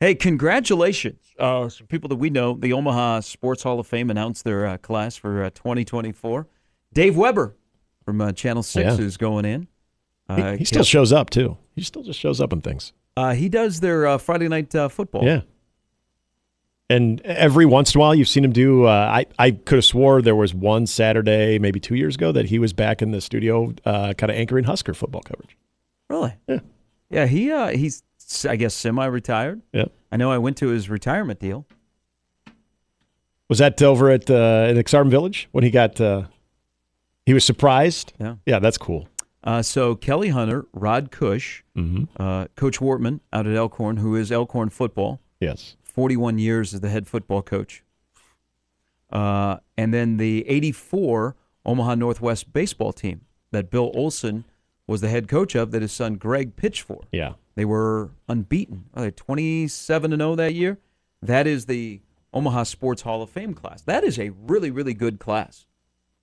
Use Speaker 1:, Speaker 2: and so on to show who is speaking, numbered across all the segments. Speaker 1: Hey, congratulations. Uh, some people that we know, the Omaha Sports Hall of Fame announced their uh, class for uh, 2024. Dave Weber from uh, Channel 6
Speaker 2: Yeah.
Speaker 1: is going in.
Speaker 2: He,
Speaker 1: Uh,
Speaker 2: he still shows up too. He still just shows up in things.
Speaker 1: uh, he does their uh, Friday night uh, football.
Speaker 2: Yeah. And every once in a while, you've seen him do. Uh, I I could have swore there was one Saturday, maybe two years ago, that he was back in the studio, uh, kind of anchoring Husker football coverage.
Speaker 1: Really?
Speaker 2: Yeah.
Speaker 1: Yeah, he uh, he's, I guess, semi retired.
Speaker 2: Yeah.
Speaker 1: I know I went to his retirement deal.
Speaker 2: Was that over at uh, in Exarm Village when he got? Uh, he was surprised.
Speaker 1: Yeah.
Speaker 2: Yeah, that's cool.
Speaker 1: Uh, so Kelly Hunter, Rod Cush,
Speaker 2: Mm-hmm.
Speaker 1: uh, Coach Wortman out at Elkhorn, who is Elkhorn football,
Speaker 2: Yes.
Speaker 1: 41 years as the head football coach. Uh, and then the 84 Omaha Northwest baseball team that Bill Olson was the head coach of that his son Greg pitched for.
Speaker 2: Yeah.
Speaker 1: They were unbeaten. Are they 27 0 that year? That is the Omaha Sports Hall of Fame class. That is a really, really good class.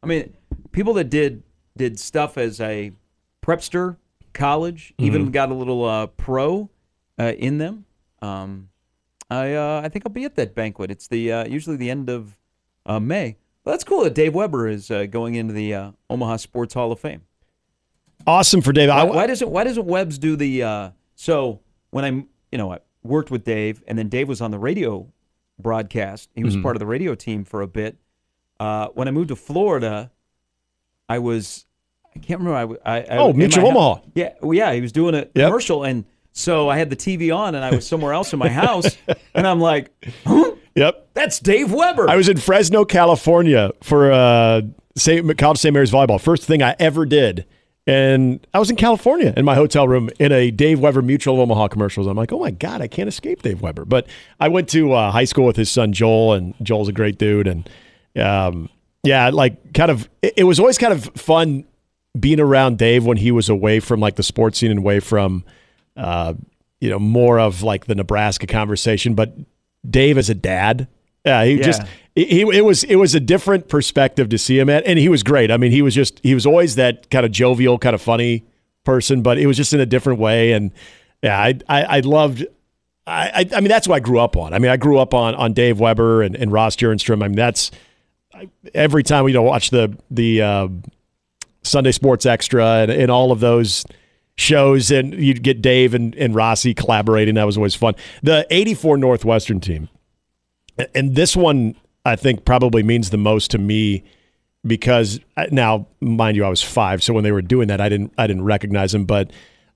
Speaker 1: I mean, people that did did stuff as a prepster, college, even got a little uh, pro uh, in them. Um, I uh, I think I'll be at that banquet. It's the uh, usually the end of uh, May. Well, that's cool that Dave Weber is uh, going into the uh, Omaha Sports Hall of Fame.
Speaker 2: Awesome for Dave. I,
Speaker 1: Why, why doesn't Why doesn't Webbs do the? Uh, so when I'm, you know, I worked with Dave, and then Dave was on the radio broadcast. He was
Speaker 2: Mm-hmm.
Speaker 1: part of the radio team for a bit. Uh, when I moved to Florida, I was, I can't remember. I, w- I, I-
Speaker 2: Oh,
Speaker 1: in
Speaker 2: Mitch
Speaker 1: my
Speaker 2: of
Speaker 1: hou-
Speaker 2: Omaha.
Speaker 1: Yeah, well, yeah, he was doing a commercial, and so I had the TV on, and I was somewhere else in my house, and I'm like, huh?
Speaker 2: yep.
Speaker 1: that's Dave Weber.
Speaker 2: I was in Fresno, California for uh, St. College St. Mary's volleyball. First thing I ever did. And I was in California in my hotel room in a Dave Weber Mutual of Omaha commercials. I'm like, oh my God, I can't escape Dave Weber. But I went to uh, high school with his son, Joel, and Joel's a great dude. And um, yeah, like kind of, it, it was always kind of fun being around Dave when he was away from like the sports scene and away from, uh, you know, more of like the Nebraska conversation. But Dave as a dad, yeah, he just he it was it was a different perspective to see him at, and he was great. I mean, he was just he was always that kind of jovial, kind of funny person, but it was just in a different way. And yeah, I I, I loved. I, I I mean that's what I grew up on. I mean I grew up on on Dave Weber and, and Ross Jernstrom. I mean that's every time you know watch the the uh, Sunday Sports Extra and, and all of those shows, and you'd get Dave and, and Rossi collaborating. That was always fun. The '84 Northwestern team, a- and this one I think probably means the most to me because I- now, mind you, I was five, so when they were doing that, I didn't I didn't recognize them, but.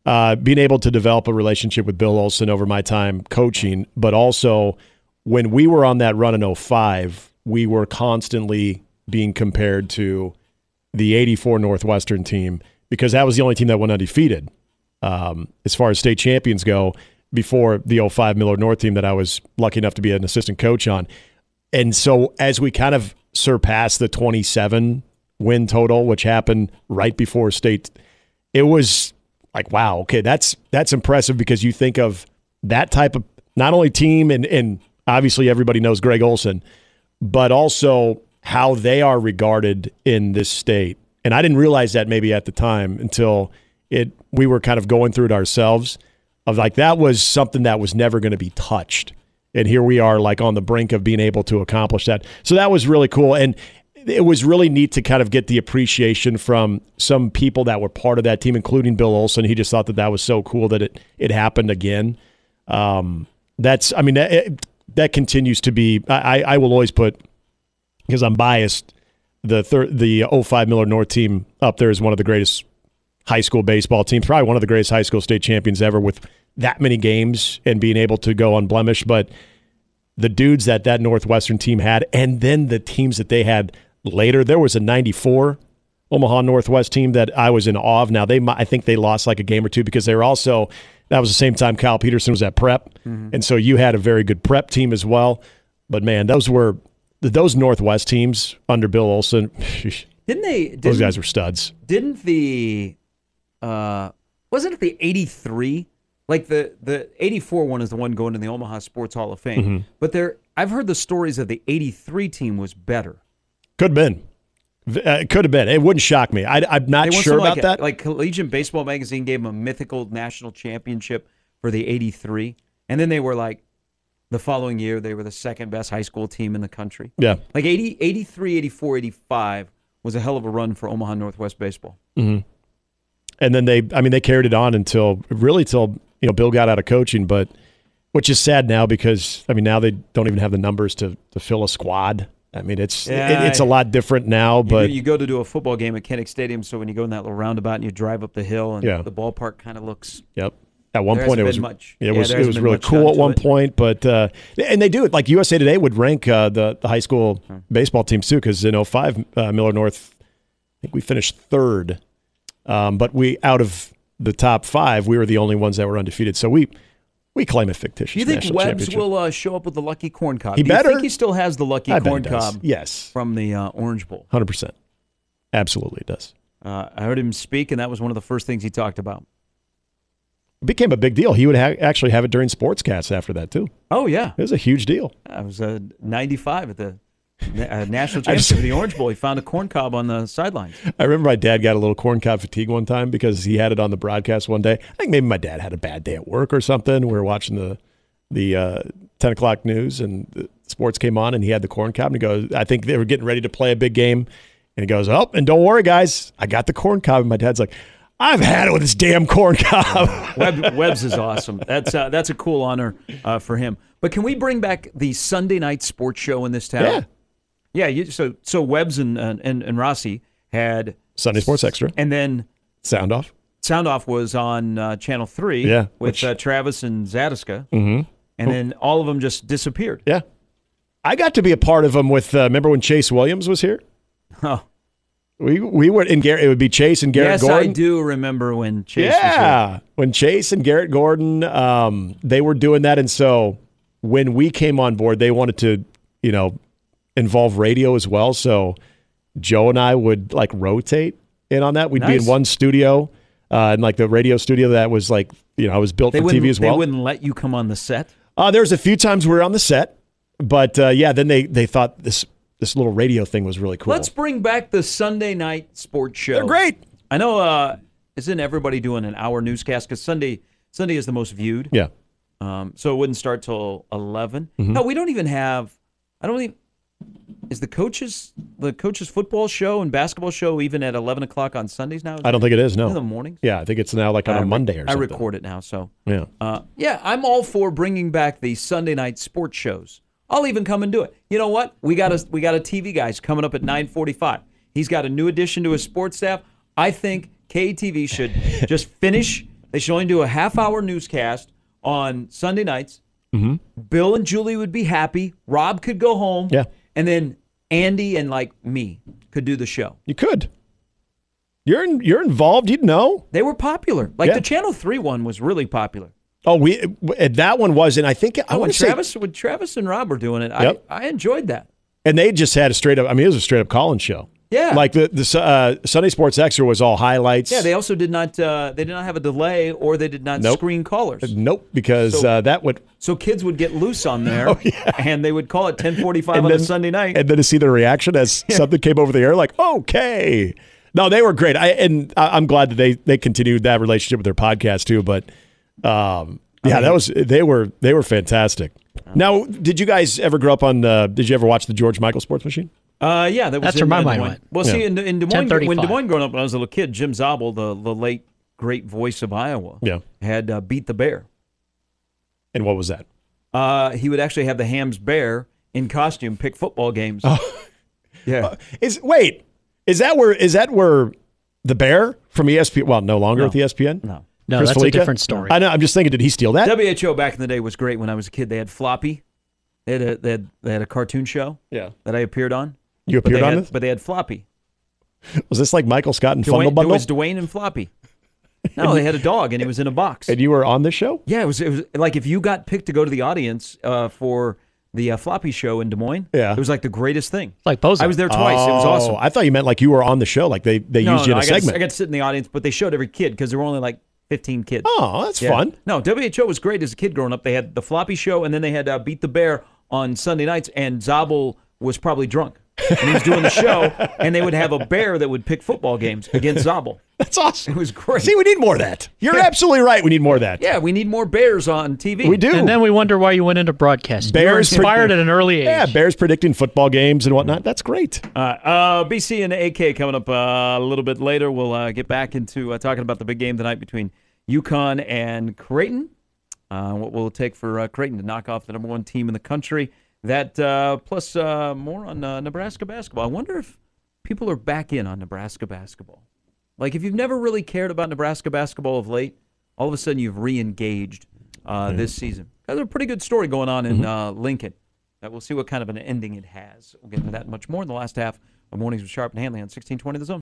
Speaker 2: Uh, being able to develop a relationship with Bill Olson over my time coaching, but also when we were on that run in 05, we were constantly being compared to the 84 Northwestern team because that was the only team that went undefeated um, as far as state champions go before the 05 Miller North team that I was lucky enough to be an assistant coach on. And so as we kind of surpassed the 27 win total, which happened right before state, it was like, wow, okay, that's that's impressive because you think of that type of not only team and and obviously everybody knows Greg Olson, but also how they are regarded in this state. And I didn't realize that maybe at the time until it we were kind of going through it ourselves of like that was something that was never going to be touched. And here we are like on the brink of being able to accomplish that. So that was really cool and it was really neat to kind of get the appreciation from some people that were part of that team including Bill Olson. He just thought that that was so cool that it it happened again um, that's I mean that, it, that continues to be I, I I will always put because I'm biased the thir- the 05 Miller North team up there is one of the greatest high school baseball teams probably one of the greatest high school state champions ever with that many games and being able to go unblemished but the dudes that that Northwestern team had and then the teams that they had later there was a 94 Omaha Northwest team that I was in awe of. Now they, mi- I think they lost like a game or two because they were also that was the same time Kyle Peterson was at prep, and so you had a very good prep team as well. But man, those were those Northwest teams under Bill Olson.
Speaker 1: didn't they?
Speaker 2: those
Speaker 1: Didn't,
Speaker 2: guys were studs.
Speaker 1: didn't the uh wasn't it the 83 like the the 84 one is the one going to the omaha sports hall of
Speaker 2: Mm-hmm.
Speaker 1: fame but there i've heard the stories of the 83 team was better
Speaker 2: Could have been. V- Uh, it could have been. It wouldn't shock me. I, I'm
Speaker 1: They
Speaker 2: not
Speaker 1: won
Speaker 2: sure
Speaker 1: something
Speaker 2: about
Speaker 1: like,
Speaker 2: that.
Speaker 1: like collegiate baseball magazine gave them a mythical national championship for the 83 and then they were like The following year, they were the second best high school team in the country.
Speaker 2: Yeah.
Speaker 1: Like 80, 83, 84, 85 was a hell of a run for Omaha Northwest baseball.
Speaker 2: and then they I mean they carried it on until really till you know Bill got out of coaching, but which is sad now because I mean now they don't even have the numbers to to fill a squad. I mean it's
Speaker 1: Yeah,
Speaker 2: it, it's a lot different now,
Speaker 1: You,
Speaker 2: but
Speaker 1: you go to do a football game at Kinnick Stadium, so when you go in that little roundabout and you drive up the hill, and
Speaker 2: Yeah.
Speaker 1: the ballpark kind of looks
Speaker 2: yep. At one
Speaker 1: There
Speaker 2: point,
Speaker 1: hasn't
Speaker 2: it was
Speaker 1: been much.
Speaker 2: it
Speaker 1: Yeah,
Speaker 2: was
Speaker 1: there
Speaker 2: it
Speaker 1: hasn't
Speaker 2: was
Speaker 1: been
Speaker 2: really
Speaker 1: much done
Speaker 2: cool at
Speaker 1: to
Speaker 2: one
Speaker 1: it.
Speaker 2: point, but uh, and they do it like USA Today would rank uh, the the high school
Speaker 1: Hmm.
Speaker 2: baseball teams too because in 05, uh, Miller North, I think we finished third, um, but we out of the top five, we were the only ones that were undefeated. So we we claim a fictitious.
Speaker 1: Do you think
Speaker 2: national
Speaker 1: Webbs
Speaker 2: championship.
Speaker 1: will uh, show up with the lucky corn cob?
Speaker 2: He
Speaker 1: Do
Speaker 2: better.
Speaker 1: You think he still has the lucky
Speaker 2: I bet
Speaker 1: corn
Speaker 2: it does.
Speaker 1: cob
Speaker 2: Yes,
Speaker 1: from the uh, Orange Bowl.
Speaker 2: hundred percent. Absolutely, it does.
Speaker 1: Uh, I heard him speak, and that was one of the first things he talked about.
Speaker 2: It became a big deal. He would ha- actually have it during sportscasts after that too.
Speaker 1: Oh yeah,
Speaker 2: It was a huge deal.
Speaker 1: I was uh, 95 at the na- uh, national
Speaker 2: I just-
Speaker 1: championship of the Orange Bowl. He found a corn cob on the sidelines.
Speaker 2: I remember my dad got a little corn cob fatigue one time because he had it on the broadcast one day. I think maybe my dad had a bad day at work or something. We were watching the the uh, ten o'clock news and the sports came on, and he had the corn cob. And he goes, "I think they were getting ready to play a big game." And he goes, "Oh, and don't worry, guys, I got the corn cob." And my dad's like, "I've had it with this damn corn cob."
Speaker 1: Web, Webbs is awesome. That's uh, that's a cool honor uh, for him. But can we bring back the Sunday night sports show in this town?
Speaker 2: Yeah.
Speaker 1: yeah. You, so so Webbs and and, and and Rossi had,
Speaker 2: Sunday Sports Extra,
Speaker 1: and then
Speaker 2: sound off.
Speaker 1: Sound Off was on uh, Channel Three.
Speaker 2: Yeah,
Speaker 1: with
Speaker 2: which- Mm-hmm.
Speaker 1: uh, Travis and Zadiska. And then all of them just disappeared.
Speaker 2: Yeah. I got to be a part of them with, uh, remember when Chase Williams was here?
Speaker 1: Huh.
Speaker 2: We we were in Garrett, it would be Chase and Garrett
Speaker 1: Oh, Yes,
Speaker 2: Gordon.
Speaker 1: I do remember when Chase was
Speaker 2: Yeah. When Chase and Garrett Gordon, um, they were doing that. And so when we came on board, they wanted to, you know, involve radio as well. So Joe and I would like rotate in on that. We'd be in
Speaker 1: Nice.
Speaker 2: one studio, uh, in like the radio studio that was like, you know, I was built
Speaker 1: here. They
Speaker 2: for
Speaker 1: wouldn't,
Speaker 2: TV as well.
Speaker 1: they wouldn't let you come on the set.
Speaker 2: Uh, there was a few times we were on the set, but uh, yeah, then they they thought this this little radio thing was really cool.
Speaker 1: Let's bring back the Sunday night sports show.
Speaker 2: They're great.
Speaker 1: I know. Uh, isn't everybody doing an hour newscast? Because Sunday Sunday is the most viewed.
Speaker 2: Yeah, Mm-hmm.
Speaker 1: Um, so it wouldn't start till 11 No, we don't even have. I don't even. Is the coaches the coaches football show and basketball show even at eleven o'clock on Sundays now? Is
Speaker 2: I don't think it is.
Speaker 1: it in the
Speaker 2: No.
Speaker 1: mornings.
Speaker 2: Yeah, I think it's now like on a
Speaker 1: I re-
Speaker 2: Monday or something.
Speaker 1: I record it now, so
Speaker 2: Yeah.
Speaker 1: uh, yeah, I'm all for bringing back the Sunday night sports shows. I'll even come and do it. You know what? We got a we got a TV guy's coming up at 9:45. He's got a new addition to his sports staff. I think KTV should just finish. They should only do a half hour newscast on Sunday nights. Bill and Julie would be happy. Rob could go home.
Speaker 2: Mm-hmm. Yeah.
Speaker 1: And then Andy and like me could do the show.
Speaker 2: You could. You're in, you're involved. You'd know.
Speaker 1: They were popular. Like
Speaker 2: Yeah.
Speaker 1: the Channel 3 one was really popular.
Speaker 2: Oh, we uh, that one was, and I think I
Speaker 1: when
Speaker 2: want to say,
Speaker 1: Oh, Travis when Travis and Rob were doing it,
Speaker 2: Yep.
Speaker 1: I, I enjoyed that.
Speaker 2: and they just had a straight up. I mean, it was a straight up Collins show.
Speaker 1: Yeah.
Speaker 2: Like the the uh, Sunday Sports Extra was all highlights.
Speaker 1: Yeah, they also did not uh, they did not have a delay or they did not
Speaker 2: Nope.
Speaker 1: screen callers.
Speaker 2: nope, because
Speaker 1: So-
Speaker 2: uh, that would
Speaker 1: So kids would get loose on there and they would call at 10:45 on a Sunday night.
Speaker 2: Oh, and then to see their reaction as something came over the air, like okay. No, they were great. I and I, I'm glad that they they continued that relationship with their podcast too. But um, yeah, that was they were they were fantastic. Now, did you guys ever grow up on? Uh, did you ever watch the George Michael Sports Machine?
Speaker 1: uh, yeah, that was
Speaker 3: That's
Speaker 1: in,
Speaker 3: where my
Speaker 1: in Des
Speaker 3: mind
Speaker 1: Moines.
Speaker 3: went.
Speaker 1: Well, see, in, in Des Moines, when
Speaker 3: 10:35.
Speaker 1: Des Moines growing up, when I was a little kid, Jim Zabel, the the late great voice of Iowa,
Speaker 2: Yeah.
Speaker 1: had uh, beat the bear.
Speaker 2: And what was that?
Speaker 1: Uh, he would actually have the Hams bear in costume pick football games.
Speaker 2: Oh.
Speaker 1: Yeah,
Speaker 2: Is wait, is that where is that where the bear from ESPN? Well, no longer with E ESPN.
Speaker 1: no.
Speaker 3: No,
Speaker 2: Chris
Speaker 3: that's a
Speaker 2: Felica?
Speaker 3: different story.
Speaker 2: I know. I'm just thinking, did he steal that?
Speaker 1: WHO back in the day was great when I was a kid. They had Floppy. They had a, they had, they had a cartoon show
Speaker 2: yeah,
Speaker 1: that I appeared on.
Speaker 2: you
Speaker 1: But
Speaker 2: appeared
Speaker 1: they
Speaker 2: on
Speaker 1: had,
Speaker 2: this.
Speaker 1: But they had Floppy.
Speaker 2: Was this like Michael Scott and
Speaker 1: Dwayne,
Speaker 2: Fungal
Speaker 1: it
Speaker 2: Bundle?
Speaker 1: was Dwayne and Floppy. No, they had a dog and he was in a box.
Speaker 2: and you were on this show?
Speaker 1: Yeah, it was, it was like if you got picked to go to the audience uh, for the uh, Floppy show in Des Moines,
Speaker 2: Yeah.
Speaker 1: it was like the greatest thing.
Speaker 3: like Bozo.
Speaker 1: I was there twice. it was
Speaker 2: Oh,
Speaker 1: awesome.
Speaker 2: I thought you meant like you were on the show, like they, they
Speaker 1: no,
Speaker 2: used you
Speaker 1: no,
Speaker 2: in a
Speaker 1: I got, to,
Speaker 2: segment.
Speaker 1: I got to sit in the audience, but they showed every kid because there were only like 15 kids.
Speaker 2: oh, that's
Speaker 1: Yeah.
Speaker 2: fun.
Speaker 1: No, WHO was great as a kid growing up. They had the floppy show, and then they had uh, Beat the Bear on Sunday nights, and Zabel was probably drunk. and he was doing the show, and they would have a bear that would pick football games against Zobel.
Speaker 2: That's awesome.
Speaker 1: It was great.
Speaker 2: See, we need more of that. You're absolutely right. We need more of that.
Speaker 1: Yeah, we need more bears on TV.
Speaker 2: We do.
Speaker 3: And then we wonder why you went into broadcasting. You were
Speaker 2: Bears
Speaker 3: inspired
Speaker 2: predict-
Speaker 3: at an early age.
Speaker 2: Yeah, Bears predicting football games and whatnot. That's great.
Speaker 1: All right, uh, BC and AK coming up uh, a little bit later. We'll uh, get back into uh, talking about the big game tonight between UConn and Creighton. Uh, what will it take for uh, Creighton to knock off the number one team in the country? That uh, plus uh, more on uh, Nebraska basketball. I wonder if people are back in on Nebraska basketball. Like if you've never really cared about Nebraska basketball of late, all of a sudden you've re-engaged uh, this season. There's a pretty good story going on in uh, Lincoln. That we'll see what kind of an ending it has. We'll get into that much more in the last half of mornings with Sharp and Hanley on 1620 The Zone.